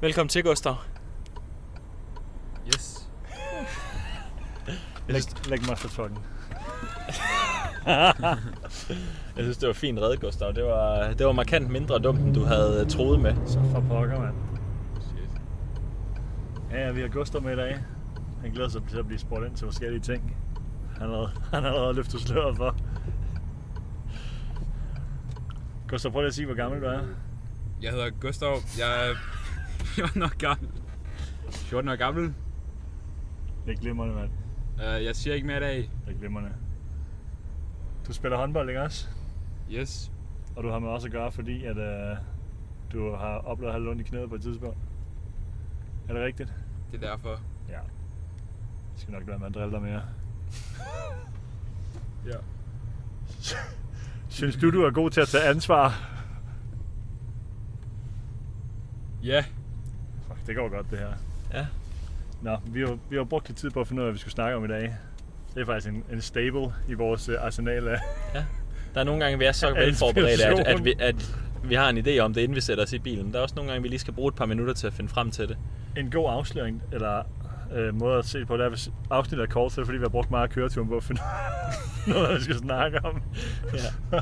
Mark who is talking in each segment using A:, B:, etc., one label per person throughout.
A: Velkommen til, Gustav.
B: Yes.
A: Jeg
C: Læg,
A: synes,
C: læg mig for tolken.
A: jeg synes, det var fint reddet, Gustav. Det var, det var markant mindre dumt, end du havde øh, troet med.
C: Så for pokker, mand.
B: Shit.
C: Ja, ja, vi har Gustav med i dag. Han glæder sig til at blive spurgt ind til forskellige ting. Han har, han har allerede løftet sløret for. Gustav, prøv lige at sige, hvor gammel du er.
B: Jeg hedder Gustav. Jeg er 14 år gammel. 14 år gammel.
C: Det er glimrende, mand.
B: Uh, jeg siger ikke mere i dag.
C: Det er glimrende. Du spiller håndbold, ikke også?
B: Yes.
C: Og du har med os at gøre, fordi at, øh, du har oplevet at have lidt ondt i knæet på et tidspunkt. Er det rigtigt?
B: Det er derfor.
C: Ja. Jeg skal nok lade være med at drille dig mere.
B: Ja.
C: Synes du, du er god til at tage ansvar?
B: Ja.
C: Fuck, det går godt, det her.
A: Ja.
C: Nå, vi har, vi har brugt lidt tid på at finde ud af, hvad vi skulle snakke om i dag. Det er faktisk en, en stable i vores øh, arsenal af...
A: Der er nogle gange, vi er så velforberedte, at, at,
C: Inspiration.
A: vi, at vi har en idé om det, inden vi sætter os i bilen. Der er også nogle gange, vi lige skal bruge et par minutter til at finde frem til det.
C: En god afsløring, eller øh, måde at se på, det er, hvis afsnittet er kort, så er det fordi, vi har brugt meget af køreturen på at finde noget, af, hvad vi skal snakke om.
A: Ja.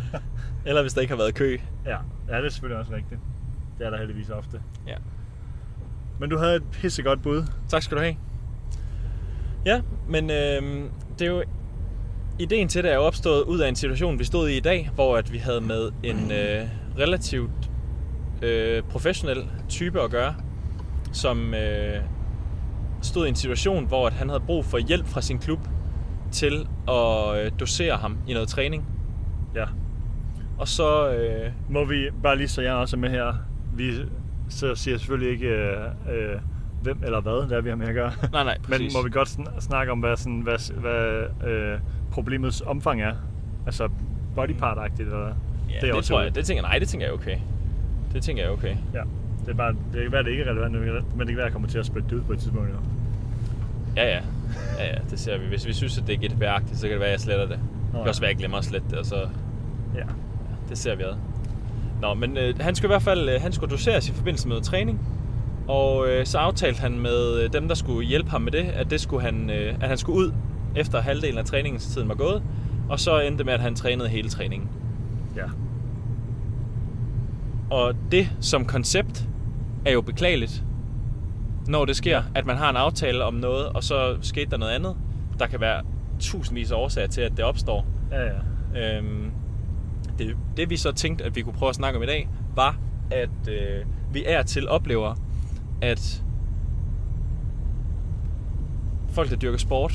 A: Eller hvis der ikke har været kø.
C: ja. ja, det er selvfølgelig også rigtigt. Det er der heldigvis ofte.
A: Ja.
C: Men du havde et pissegodt bud.
A: Tak skal du have. Ja, men øh, det er jo... Ideen til det er jo opstået ud af en situation, vi stod i i dag, hvor at vi havde med en øh, relativt øh, professionel type at gøre, som øh, stod i en situation, hvor at han havde brug for hjælp fra sin klub til at øh, dosere ham i noget træning.
C: Ja.
A: Og så... Øh,
C: Må vi, bare lige så jeg også er med her, vi så siger selvfølgelig ikke, øh, øh, hvem eller hvad det er, vi har med at gøre.
A: Nej, nej,
C: Men
A: præcis.
C: må vi godt sn- snakke om, hvad, sådan, hvad, hvad øh, problemets omfang er? Altså bodypart-agtigt eller
A: ja, det, det, tror jeg,
C: Det...
A: det tænker jeg, nej, det tænker jeg er okay. Det tænker jeg er okay.
C: Ja, det er bare, det kan være, det ikke er relevant, men det kan være, at jeg kommer til at spytte det ud på et tidspunkt. Jo.
A: Ja, ja. Ja, ja, det ser vi. Hvis vi synes, at det er GDPR-agtigt, så kan det være, at jeg sletter det. Det kan
C: ja.
A: også være, at jeg glemmer at slette det, og så...
C: Ja.
A: Det ser vi ad. Nå, men øh, han skulle i hvert fald øh, han skulle doseres i forbindelse med noget træning. Og øh, så aftalte han med øh, dem, der skulle hjælpe ham med det, at, det skulle han, øh, at han skulle ud efter halvdelen af træningstiden var gået. Og så endte det med, at han trænede hele træningen.
C: ja.
A: Og det som koncept er jo beklageligt, når det sker, at man har en aftale om noget, og så skete der noget andet. Der kan være tusindvis af årsager til, at det opstår.
C: Ja, ja.
A: Øhm, det, det vi så tænkte, at vi kunne prøve at snakke om i dag, var, at øh, vi er til oplever, at folk, der dyrker sport,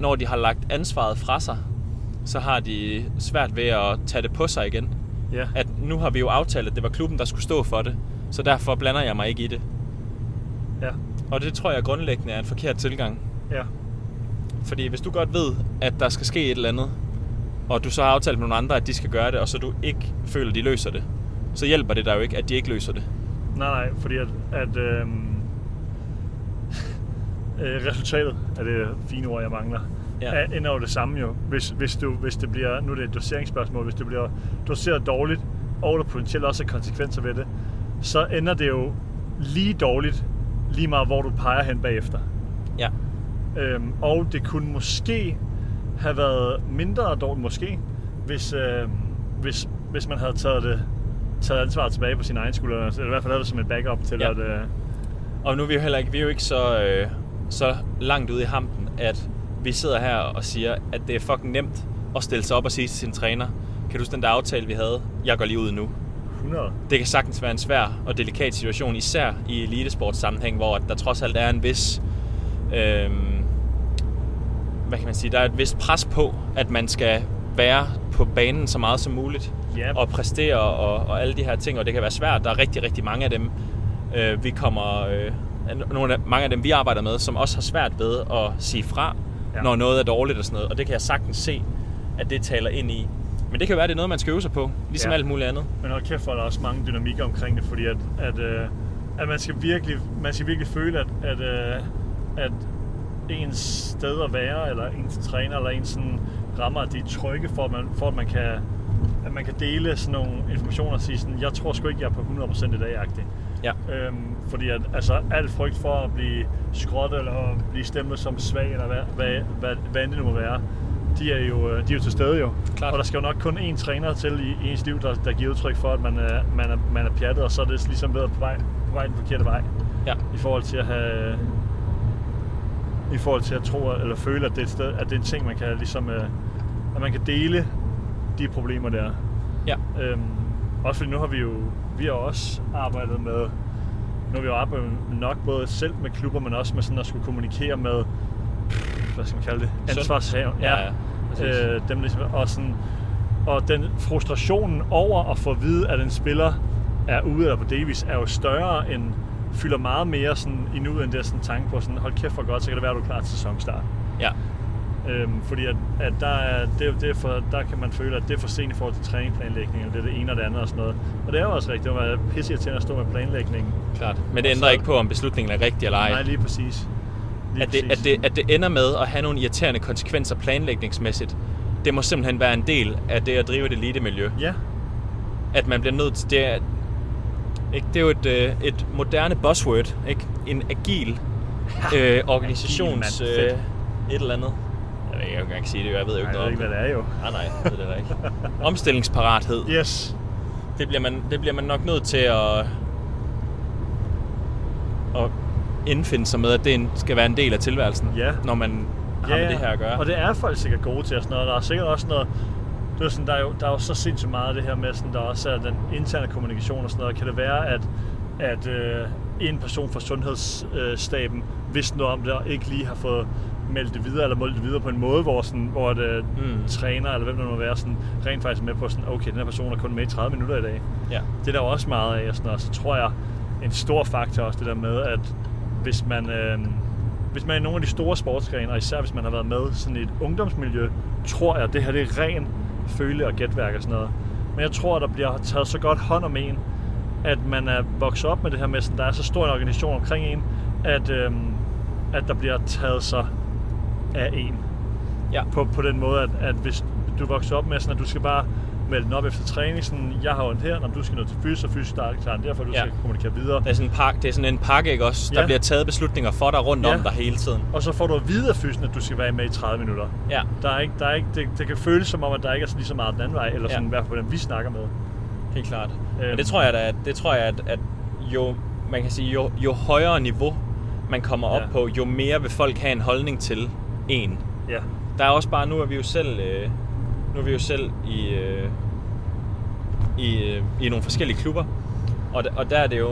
A: når de har lagt ansvaret fra sig, så har de svært ved at tage det på sig igen.
C: Ja,
A: At nu har vi jo aftalt, at det var klubben, der skulle stå for det, så derfor blander jeg mig ikke i det.
C: ja,
A: Og det tror jeg grundlæggende er en forkert tilgang.
C: ja.
A: Fordi hvis du godt ved, at der skal ske et eller andet, og du så har aftalt med nogle andre, at de skal gøre det, og så du ikke føler, at de løser det, så hjælper det dig jo ikke, at de ikke løser det.
C: Nej, nej, fordi at, at øhm, øh, resultatet er det fine ord, jeg mangler.
A: Ja.
C: Ja. Er, ender jo det samme jo. Hvis, hvis, du, hvis det bliver, nu er det et doseringsspørgsmål, hvis det bliver doseret dårligt, og der potentielt også er konsekvenser ved det, så ender det jo lige dårligt, lige meget hvor du peger hen bagefter.
A: Ja.
C: Øhm, og det kunne måske have været mindre dårligt, måske, hvis, øhm, hvis, hvis man havde taget, det, taget ansvaret tilbage på sin egen skulder, eller i hvert fald havde det som et backup til
A: Ja.
C: ja. at... Øh,
A: Og nu er vi jo heller ikke, vi er jo ikke så, øh, så langt ude i hampen, at vi sidder her og siger, at det er fucking nemt at stille sig op og sige til sin træner, kan du huske den der aftale, vi havde? Jeg går lige ud nu.
C: 100.
A: Det kan sagtens være en svær og delikat situation, især i elitesportssammenhæng, hvor der trods alt er en vis... Øh, hvad kan man sige? Der er et vist pres på, at man skal være på banen så meget som muligt
C: Ja.
A: og præstere og, og alle de her ting, og det kan være svært. Der er rigtig, rigtig mange af dem, øh, vi kommer... Øh, nogle af, mange af dem, vi arbejder med, som også har svært ved at sige fra, ja.
C: Ja.
A: når noget er dårligt og sådan noget. Og det kan jeg sagtens se, at det taler ind i. Men det kan jo være, at det er noget, man skal øve sig på, ligesom ja.
C: Ja.
A: alt muligt andet.
C: Men hold kæft, hvor er der også mange dynamikker omkring det, fordi at, at, øh, at man, skal virkelig, man skal virkelig føle, at, at, øh, at ens sted at være, eller ens træner, eller ens sådan rammer, de er trygge for, at man, for at man kan at man kan dele sådan nogle informationer og sige sådan, jeg tror sgu ikke, jeg er på 100% i dag -agtig.
A: Ja.
C: Øhm, fordi at, altså, alt frygt for at blive skrottet eller at blive stemplet som svag, eller hvad, hvad, hvad, hvad end det nu må være, de er jo, øh, de er jo til stede jo.
A: Klart.
C: Og der skal jo nok kun én træner til i, i ens liv, der, der giver udtryk for, at man er, man, er, man er pjattet, og så er det ligesom ved at på vej, på vej den forkerte vej.
A: Ja.
C: I forhold til at have i forhold til at tro eller føle, at det er, et sted, at det er en ting, man kan ligesom, øh, at man kan dele de problemer der.
A: Ja.
C: Øhm, også fordi nu har vi jo vi har også arbejdet med, nu har vi jo arbejdet nok både selv med klubber, men også med sådan at skulle kommunikere med, hvad skal man kalde det,
A: Sund-
C: ansvarshaven.
A: Ja, ja, præcis.
C: øh, dem ligesom, og, sådan, og den frustrationen over at få at vide, at en spiller er ude eller på Davis, er jo større end, fylder meget mere sådan, i nuet, end det sådan tanke på, sådan, hold kæft for godt, så kan det være, at du er klar til sæsonstart.
A: Ja,
C: Øhm, fordi at, at der, er, det, er jo- det er for, der kan man føle, at det er for sent i forhold til træningsplanlægning, og det er det ene og det andet og sådan noget. Og det er jo også rigtigt, det var pisse til at stå med planlægningen.
A: klart. Men det
C: Og
A: ændrer
C: så-
A: ikke på, om beslutningen er rigtig eller ej.
C: Nej, lige præcis. Lige
A: at det, at,
C: præcis.
A: det, at det ender med at have nogle irriterende konsekvenser planlægningsmæssigt, det må simpelthen være en del af det at drive et elitemiljø.
C: Ja,
A: At man bliver nødt til... Det er, ikke? det er jo et, øh, et moderne buzzword, ikke? En agil øh, organisations...
C: mand.
A: øh, et eller andet. Jeg ved ikke, jeg kan ikke sige det, jeg ved jo
C: Ej,
A: ikke
C: jeg ved
A: noget
C: ikke,
A: om
C: hvad det er jo.
A: Nej, nej, det er det da ikke. Omstillingsparathed.
C: Yes.
A: Det bliver man, det bliver man nok nødt til at, at indfinde sig med, at det en- skal være en del af tilværelsen,
C: Ja.
A: når man har med det her at gøre.
C: Og det er folk sikkert gode til og sådan noget. Der er sikkert også noget... Det er sådan, der, er jo, der er jo så sindssygt meget af det her med, sådan, der også er den interne kommunikation og sådan noget. Kan det være, at, at øh, en person fra sundhedsstaben øh, vidste noget om det, og ikke lige har fået meldt det videre, eller målt det videre på en måde, hvor, sådan, hvor det,
A: Mm.
C: mm. træner, eller hvem det nu må være, sådan, rent faktisk er med på, sådan, okay, den her person er kun med i 30 minutter i dag
A: Ja.
C: det er der jo også meget af, og sådan noget. så tror jeg, en stor faktor også det der med, at hvis man, øh, hvis man er i nogle af de store sportsgrene, og især hvis man har været med sådan i et ungdomsmiljø, tror jeg, at det her det er ren føle- og gætværk og sådan noget. Men jeg tror, at der bliver taget så godt hånd om en, at man er vokset op med det her med, sådan, der er så stor en organisation omkring en, at, øh, at der bliver taget sig af en
A: Ja.
C: på, på den måde, at, at hvis du vokser op med sådan, at du skal bare melde den op efter træning, sådan, jeg har ondt her, når du skal nå til fys, og fys der er klar, derfor du
A: Ja.
C: ja. skal kommunikere videre.
A: Det er sådan en pakke, det er sådan en pakke, ikke også? Der
C: Ja.
A: bliver taget beslutninger for dig rundt
C: Ja.
A: om dig hele tiden.
C: Og så får du at vide af fysen, at du skal være med i 30 minutter.
A: Ja.
C: Der er ikke, der er ikke, det, det kan føles som om, at der ikke er så lige så meget den anden vej, eller sådan,
A: Ja.
C: ja. i hvert fald på den, vi snakker med.
A: Helt klart. Øhm.
C: Øhm.
A: Men det tror jeg da, at, det tror jeg, at, at jo, man kan sige, jo, jo højere niveau man kommer op
C: Ja.
A: på, jo mere vil folk have en holdning til en.
C: Ja.
A: Der er også bare, nu er vi jo selv, øh, nu er vi jo selv i, øh, i, øh, i nogle forskellige klubber, og, d- og der er det jo,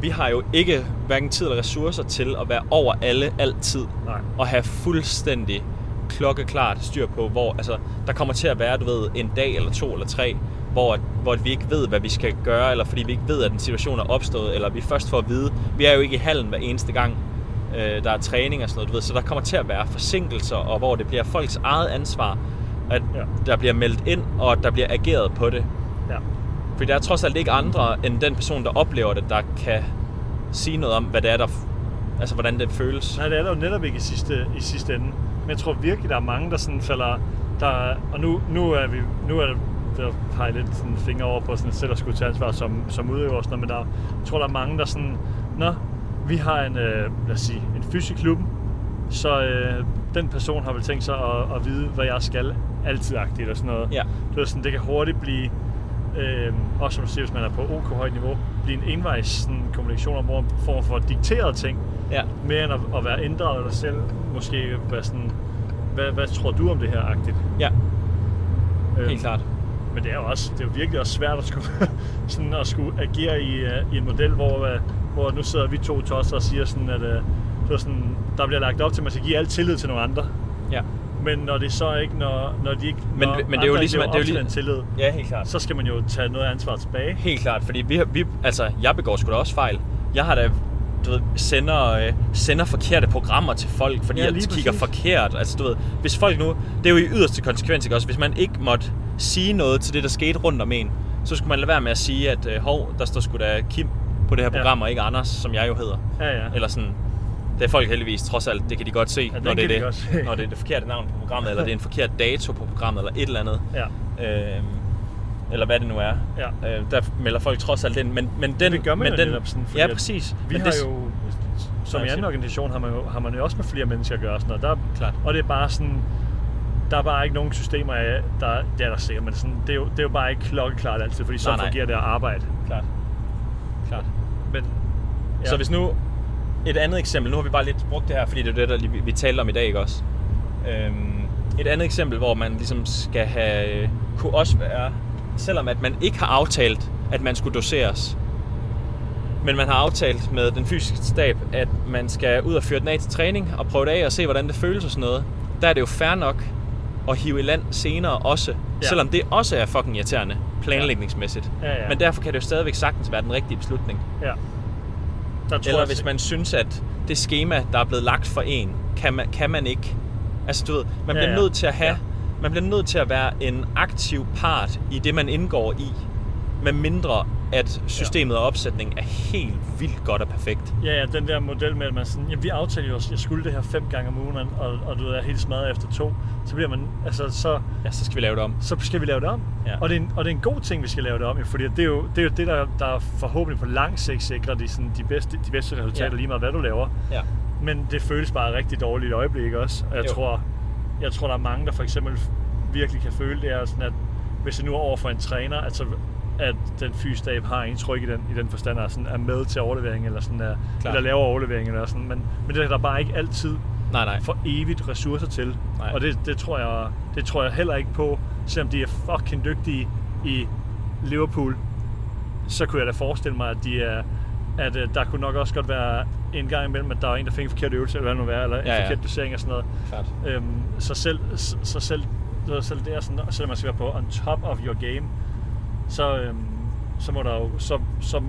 A: vi har jo ikke hverken tid eller ressourcer til at være over alle altid,
C: Nej.
A: og have fuldstændig klokkeklart styr på, hvor altså, der kommer til at være, du ved, en dag eller to eller tre, hvor, at- hvor at vi ikke ved, hvad vi skal gøre, eller fordi vi ikke ved, at en situation er opstået, eller vi først får at vide, vi er jo ikke i hallen hver eneste gang, øh, der er træning og sådan noget, du ved, så der kommer til at være forsinkelser, og hvor det bliver folks eget ansvar, at ja.
C: Ja.
A: der bliver meldt ind, og at der bliver ageret på det.
C: Ja.
A: For der er trods alt ikke andre end den person, der oplever det, der kan sige noget om, hvad det er, der, f- altså hvordan det føles.
C: Nej, det er der jo netop ikke i sidste, i sidste ende. Men jeg tror virkelig, der er mange, der sådan falder... Der, og nu, nu er vi... Nu er der der peger lidt sådan fingre over på sådan selv at skulle tage ansvar som, som udøver og sådan noget, men der, jeg tror, der er mange, der sådan, nå, vi har en, øh, lad os sige, en fys i klubben, så øh, den person har vel tænkt sig at, at vide, hvad jeg skal altid-agtigt eller sådan noget.
A: Ja.
C: Du ved, sådan, det kan hurtigt blive, øh, også som du siger, hvis man er på OK højt niveau, blive en envejs sådan, kommunikation om, hvor man får for dikteret ting,
A: Ja.
C: mere end at, at være inddraget dig selv, måske være sådan, hvad, hvad tror du om det her, agtigt?
A: Ja,
C: Øhm,
A: helt klart.
C: Men det er jo også, det er jo virkelig også svært at skulle, sådan at skulle agere i, øh, i en model, hvor, øh, hvor nu sidder vi to tosser og siger sådan, at øh, så sådan, der bliver lagt op til, at man skal give al tillid til nogle andre.
A: Ja.
C: Men når det så ikke, når, når de ikke,
A: Men-
C: når
A: men det er jo
C: andre ikke
A: ligesom-
C: lever
A: det er jo
C: op til
A: lige-
C: den tillid,
A: Ja, helt klart.
C: så skal man jo tage noget af ansvaret tilbage.
A: Helt klart, fordi vi, har- vi, altså, jeg begår sgu da også fejl. Jeg har da du ved, sender, øh, sender forkerte programmer til folk, fordi ja,
C: Ja,
A: jeg
C: lige
A: kigger
C: præcis.
A: forkert. Altså, du ved, hvis folk nu, det er jo i yderste konsekvens, ikke også? Hvis man ikke måtte sige noget til det, der skete rundt om en, så skulle man lade være med at sige, at øh, hov, der står sgu da Kim på det her
C: Ja.
A: program, ja. og ikke Anders, som jeg jo hedder.
C: Ja, ja.
A: Eller sådan, det er folk heldigvis trods alt, det kan de godt se,
C: den
A: når, det er
C: kan de
A: det,
C: godt se.
A: når det er det forkerte navn på programmet, eller det er en forkert dato på programmet, eller et eller andet.
C: Ja.
A: Øhm, eller hvad det nu er.
C: Ja.
A: Øh, der melder folk trods alt ind, men, men den...
C: Det gør man
A: men
C: jo
A: den,
C: netop sådan, fordi
A: Ja,
C: at
A: præcis.
C: Vi
A: men
C: har
A: det,
C: jo, som
A: Nej,
C: i anden
A: sig.
C: organisation, har man, jo, har man jo også med flere mennesker at gøre. og Sådan noget. Der,
A: Klart.
C: Og det er bare sådan, der er bare ikke nogen systemer, af- der, ja, der er sikkert, men sådan, det, er jo, det er jo bare ikke klokkeklart altid, fordi så
A: Nej, nej.
C: fungerer det at arbejde.
A: Klart. Klart.
C: Men,
A: Ja. Så hvis nu et andet eksempel, nu har vi bare lidt brugt det her, fordi det er det, der lige, vi- vi talte om i dag, ikke også? Øhm, et andet eksempel, hvor man ligesom skal have, øh, kunne også være, selvom at man ikke har aftalt, at man skulle doseres, men man har aftalt med den fysiske stab, at man skal ud og føre den af til træning og prøve det af og se, hvordan det føles og sådan noget, der er det jo fair nok at hive i land senere også, ja. selvom det også er fucking irriterende planlægningsmæssigt.
C: Ja, ja.
A: Men derfor kan det jo stadigvæk sagtens være den rigtige beslutning.
C: ja. Der tror
A: Eller
C: jeg-
A: hvis man synes, at det schema, der er blevet lagt for en, kan man, kan man ikke. Altså du ved, man
C: Ja,
A: bliver
C: ja.
A: nødt til at have,
C: Ja.
A: man bliver nødt til at være en aktiv part i det, man indgår i. Med mindre, at systemet og opsætningen er helt vildt godt og perfekt.
C: Ja, ja, den der model med, at man sådan, jamen, vi aftalte jo, at jeg skulle det her fem gange om ugen, og, og du ved, jeg er helt smadret efter to, så bliver man, altså, så,
A: Ja, så skal vi lave det om.
C: så skal vi lave det om.
A: Ja.
C: Og, det er en, og det er en god ting, vi skal lave det om, jo, fordi det er jo det, er jo det der, der forhåbentlig på lang sigt sikrer de, sådan, de, bedste, de bedste resultater,
A: Ja.
C: ja. lige meget hvad du laver.
A: Ja.
C: Men det føles bare rigtig dårligt i øjeblikket også. Og jeg
A: Jo.
C: tror, jeg tror, der er mange, der for eksempel virkelig kan føle det er sådan, at hvis det nu er over for en træner, at, så, at den fysstab har en tryk i den, i den forstand, at sådan er med til overlevering, eller, sådan er,
A: Klart.
C: eller laver overlevering, eller sådan. Men, men det er der bare ikke altid
A: Nej, nej.
C: for evigt ressourcer til.
A: Nej.
C: Og det, det, tror jeg, det tror jeg heller ikke på, selvom de er fucking dygtige i Liverpool, så kunne jeg da forestille mig, at de er at øh, der kunne nok også godt være en gang imellem, at der er en, der fik en forkert øvelse, eller hvad det nu er, eller en
A: Ja,
C: ja,
A: ja.
C: ja. forkert placering og sådan noget.
A: Klart.
C: Øhm, så selv, så, så selv, så selv det er sådan, og selvom man skal være på on top of your game, så, øhm, så må der jo, så, så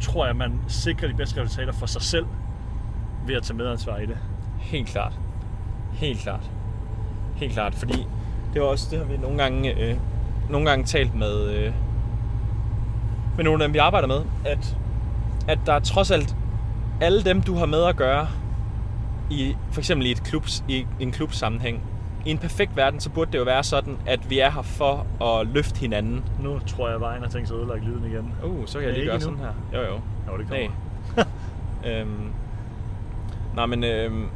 C: tror jeg, man sikrer de bedste resultater for sig selv, ved at tage medansvar i det.
A: Helt klart. Helt klart. Helt klart, fordi det var også det har vi nogle gange øh, nogle gange talt med øh, med nogle af dem vi arbejder med, at at der er trods alt alle dem du har med at gøre i for eksempel i et klubs i en klubsammenhæng. I en perfekt verden så burde det jo være sådan at vi er her for at løfte hinanden.
C: Nu tror jeg, at vejen har tænkt sig at ødelægge lyden igen.
A: Uh, så kan jeg
C: Men
A: lige gøre
C: ikke
A: sådan
C: endnu.
A: her. Jo, jo.
C: Jo, det
A: Nej.
C: kommer.
A: øhm, nej, men... Øhm,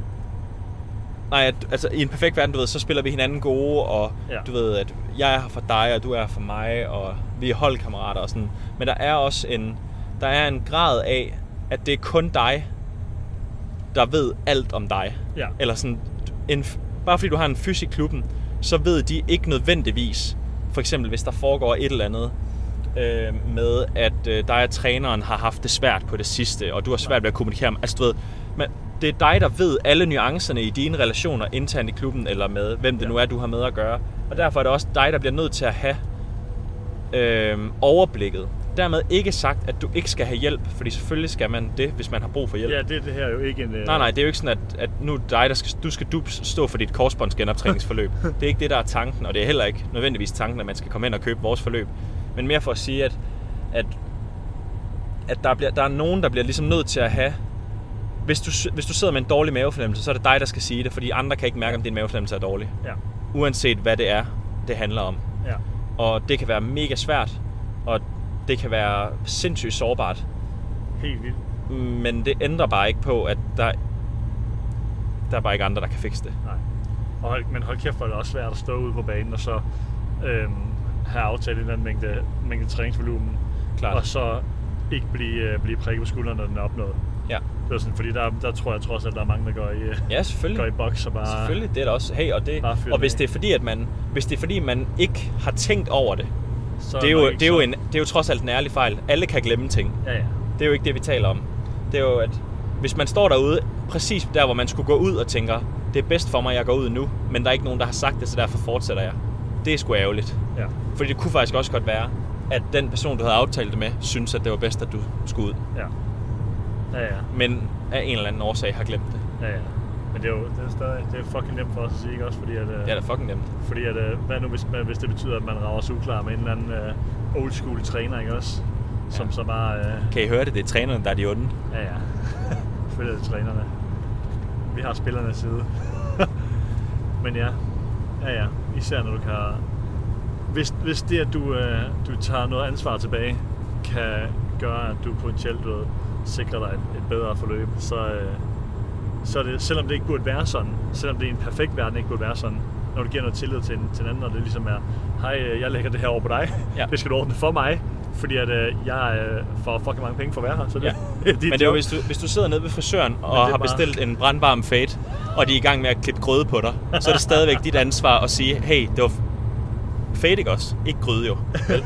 A: nej, at- altså i en perfekt verden, du ved, så spiller vi hinanden gode, og ja.
C: Ja.
A: du ved, at jeg er her for dig, og du er her for mig, og vi er holdkammerater og sådan. Men der er også en, der er en grad af, at det er kun dig, der ved alt om dig.
C: Ja.
A: Eller sådan, en, bare fordi du har en fys i klubben, så ved de ikke nødvendigvis, for eksempel hvis der foregår et eller andet, øh, med at øh, dig og træneren har haft det svært på det sidste, og du har svært ved at kommunikere med, altså du ved, men det er dig, der ved alle nuancerne i dine relationer internt i klubben, eller med hvem det ja. nu er, du har med at gøre. Og derfor er det også dig, der bliver nødt til at have øh, overblikket. Dermed ikke sagt, at du ikke skal have hjælp, fordi selvfølgelig skal man det, hvis man har brug for hjælp.
C: Ja, det, det her er jo ikke en... øh,
A: Nej, nej, det er jo ikke sådan, at, at nu er det dig, der skal, du skal du stå for dit korsbåndsgenoptræningsforløb. det er ikke det, der er tanken, og det er heller ikke nødvendigvis tanken, at man skal komme ind og købe vores forløb. Men mere for at sige, at, at, at der, bliver, der er nogen, der bliver ligesom nødt til at have... Hvis du, s- hvis du sidder med en dårlig mavefornemmelse, så er det dig, der skal sige det, fordi andre kan ikke mærke, om din mavefornemmelse er dårlig.
C: Ja,
A: Uanset hvad det er, det handler om.
C: ja,
A: Og det kan være mega svært, og det kan være sindssygt sårbart.
C: helt vildt.
A: Men det ændrer bare ikke på, at der, der er bare ikke andre, der kan fikse det.
C: Nej. Og hold, men hold kæft, hvor er det også svært at stå ude på banen og så øhm, have aftalt en eller anden mængde, mængde træningsvolumen.
A: Klart.
C: Og så ikke blive, øh, blive prikket på skulderen, når den er opnået.
A: Ja,
C: Det er sådan, fordi der, der tror jeg trods alt, der er mange, der går i, øh,
A: ja
C: går i
A: selvfølgelig.
C: boks og bare...
A: Selvfølgelig, det er der også. Hey, og det,
C: Bare fyr
A: og
C: den
A: hvis
C: af.
A: det er fordi, at man, hvis det er fordi, man ikke har tænkt over det,
C: Så
A: det er, jo,
C: nok ikke
A: det, er jo
C: så-
A: en, det er jo trods alt en ærlig fejl. Alle kan glemme ting.
C: Ja, ja.
A: Det er jo ikke det, vi taler om. Det er jo, at hvis man står derude, præcis der, hvor man skulle gå ud og tænker, det er bedst for mig, at jeg går ud nu, men der er ikke nogen, der har sagt det, så derfor fortsætter jeg. Det er sgu ærgerligt.
C: ja.
A: Fordi det kunne faktisk også godt være, at den person, du havde aftalt det med, synes, at det var bedst, at du skulle ud.
C: Ja. Ja, ja.
A: Men af en eller anden årsag har glemt det.
C: Ja, ja. Men det er jo det er stadig, det er fucking nemt for os at sige, ikke også? Fordi at, øh,
A: Det er da fucking nemt.
C: Fordi at, øh, hvad nu, hvis, man- hvis det betyder, at man rager sig uklar med en eller anden øh, old school træner, ikke også? Som
A: Ja.
C: så bare... Øh,
A: Kan I høre det? Det er trænerne, der er de onde.
C: ja, ja. Følger det trænerne. Vi har spillernes side. Men ja. Ja, ja. Især når du kan Hvis, hvis det, at du, øh, du tager noget ansvar tilbage, kan gøre, at du potentielt du ved, sikrer dig et, et bedre forløb, så, øh, så er det, selvom det ikke burde være sådan, selvom det i en perfekt verden ikke burde være sådan, når du giver noget tillid til, en- til en anden, og det ligesom er, hej, øh, jeg lægger det her over på dig,
A: Ja.
C: ja. det skal du ordne for mig, fordi at, øh, jeg øh, får fucking mange penge for at være her, så det,
A: Ja.
C: det er
A: Men
C: dit
A: det er jo,
C: job.
A: hvis du, hvis du sidder nede ved frisøren
C: det er
A: og har
C: bare-
A: bestilt en brandvarm fade, og de er i gang med at klippe grøde på dig, så er det stadigvæk dit ansvar at sige, hey, det var fade ikke også, ikke gryde jo. Vel?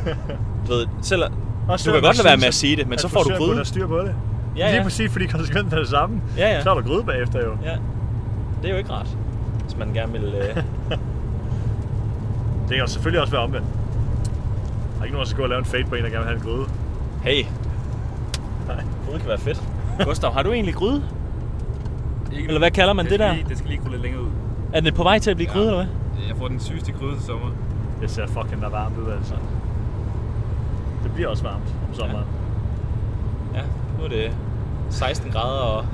A: Du ved, selv, du kan
C: selvom
A: godt lade være
C: jeg synes,
A: med at
C: at-
A: sige det, men
C: at
A: så får du
C: frisøren burde
A: gryde.
C: have styr på det.
A: Ja, ja.
C: Lige præcis, fordi konsekvensen er det samme.
A: Ja, ja.
C: Så er der gryde bagefter jo.
A: Ja, det er jo ikke rart, hvis man gerne vil... Øh...
C: Det kan selvfølgelig også være omvendt. Der er ikke nogen, der skal gå og lave en fade på en, der gerne vil have en gryde.
A: Hey,
C: Nej.
A: gryde kan være fedt. Gustav, har du egentlig gryde?
B: Ikke
A: Eller hvad kalder man det
B: skal
A: der?
B: Lige, det skal lige kunne lidt længere ud.
A: Er den på vej til at blive gryde, eller hvad?
B: Jeg får den sygeste gryde til sommer.
C: Det ser fucking varmt ud, altså. Det bliver også varmt om sommeren.
A: Ja, nu er det 16 grader og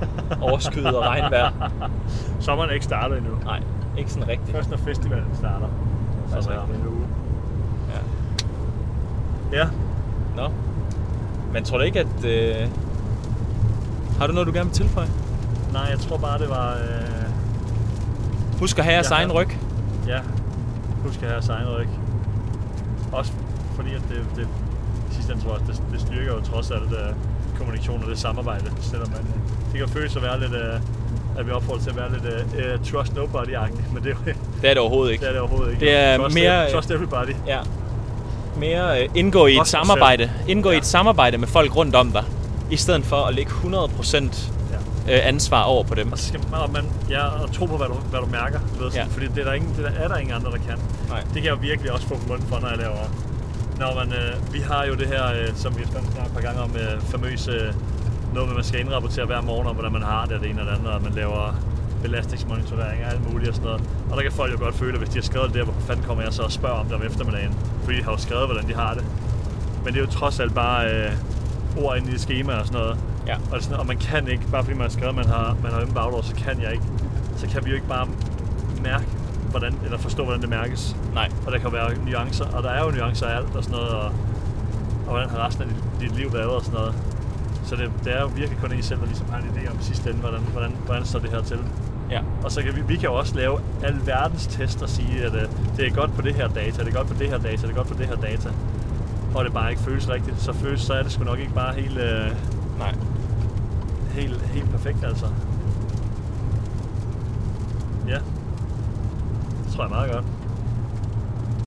A: overskyet og regnvejr.
C: Sommeren er ikke startet endnu.
A: Nej, ikke sådan rigtigt.
C: Først når festivalen starter. Så
A: Altså
C: er det om
A: rigtigt.
C: en uge.
A: Ja.
C: Ja.
A: Nå. Men tror du ikke, at... Øh... Har du noget, du gerne vil tilføje?
C: Nej, jeg tror bare, det var... Øh...
A: Husk at have jeres
C: Jeg
A: egen
C: har-
A: ryg.
C: Ja, husk at have signet ikke. Også fordi, at det, det i sidste ende tror jeg, også, det, det styrker jo trods alt uh, kommunikation og det samarbejde, selvom man, øh, det kan føles at være lidt, uh, at vi opfordrer til at være lidt uh, uh, trust nobody-agtigt, men det, er jo-
A: Det er det overhovedet ikke.
C: det er det overhovedet ikke.
A: Det er
C: trust,
A: mere, øh,
C: Trust everybody.
A: Ja. Mere øh, indgå i et
C: Også selv.
A: samarbejde. Indgå i
C: Ja.
A: et samarbejde med folk rundt om dig. I stedet for at lægge 100%
C: Ja.
A: øh, ansvar over på dem.
C: Og så skal man, og man ja, og tro på, hvad du, hvad du mærker, du ved,
A: Ja.
C: ja. fordi det er, der ingen, det der, er der ingen andre, der kan.
A: Nej.
C: Det kan jeg jo virkelig også få på munden for, når jeg laver. Når man, øh, vi har jo det her, øh, som vi har snakket et par gange om, øh, famøs øh, noget med, man skal indrapportere hver morgen om, hvordan man har det, og det ene og det andet, og man laver belastningsmonitorering og alt muligt og sådan noget. Og der kan folk jo godt føle, at hvis de har skrevet det der, hvor fanden kommer jeg så og spørger om det om eftermiddagen? Fordi de har jo skrevet, hvordan de har det. Men det er jo trods alt bare øh, ord inde i et schema og sådan noget.
A: Ja.
C: Og, det er sådan, og man kan ikke, bare fordi man har skrevet, at man har, man har ømme baglov, så kan jeg ikke. Så kan vi jo ikke bare mærke, hvordan, eller forstå, hvordan det mærkes
A: Nej.
C: og der kan være nuancer, og der er jo nuancer af alt og sådan noget, og, og hvordan har resten af dit, dit liv været og sådan noget. Så det, det er jo virkelig kun en selv, der ligesom har en idé om i sidste ende, hvordan, hvordan, hvordan står det her til.
A: Ja.
C: Og så kan vi, vi kan jo også lave alverdens test og sige, at øh, det er godt på det her data, det er godt på det her data, det er godt på det her data. Og det bare ikke føles rigtigt, så føles, så er det sgu nok ikke bare helt, øh,
A: Nej.
C: helt, helt perfekt altså. Ja. Det tror jeg er meget godt.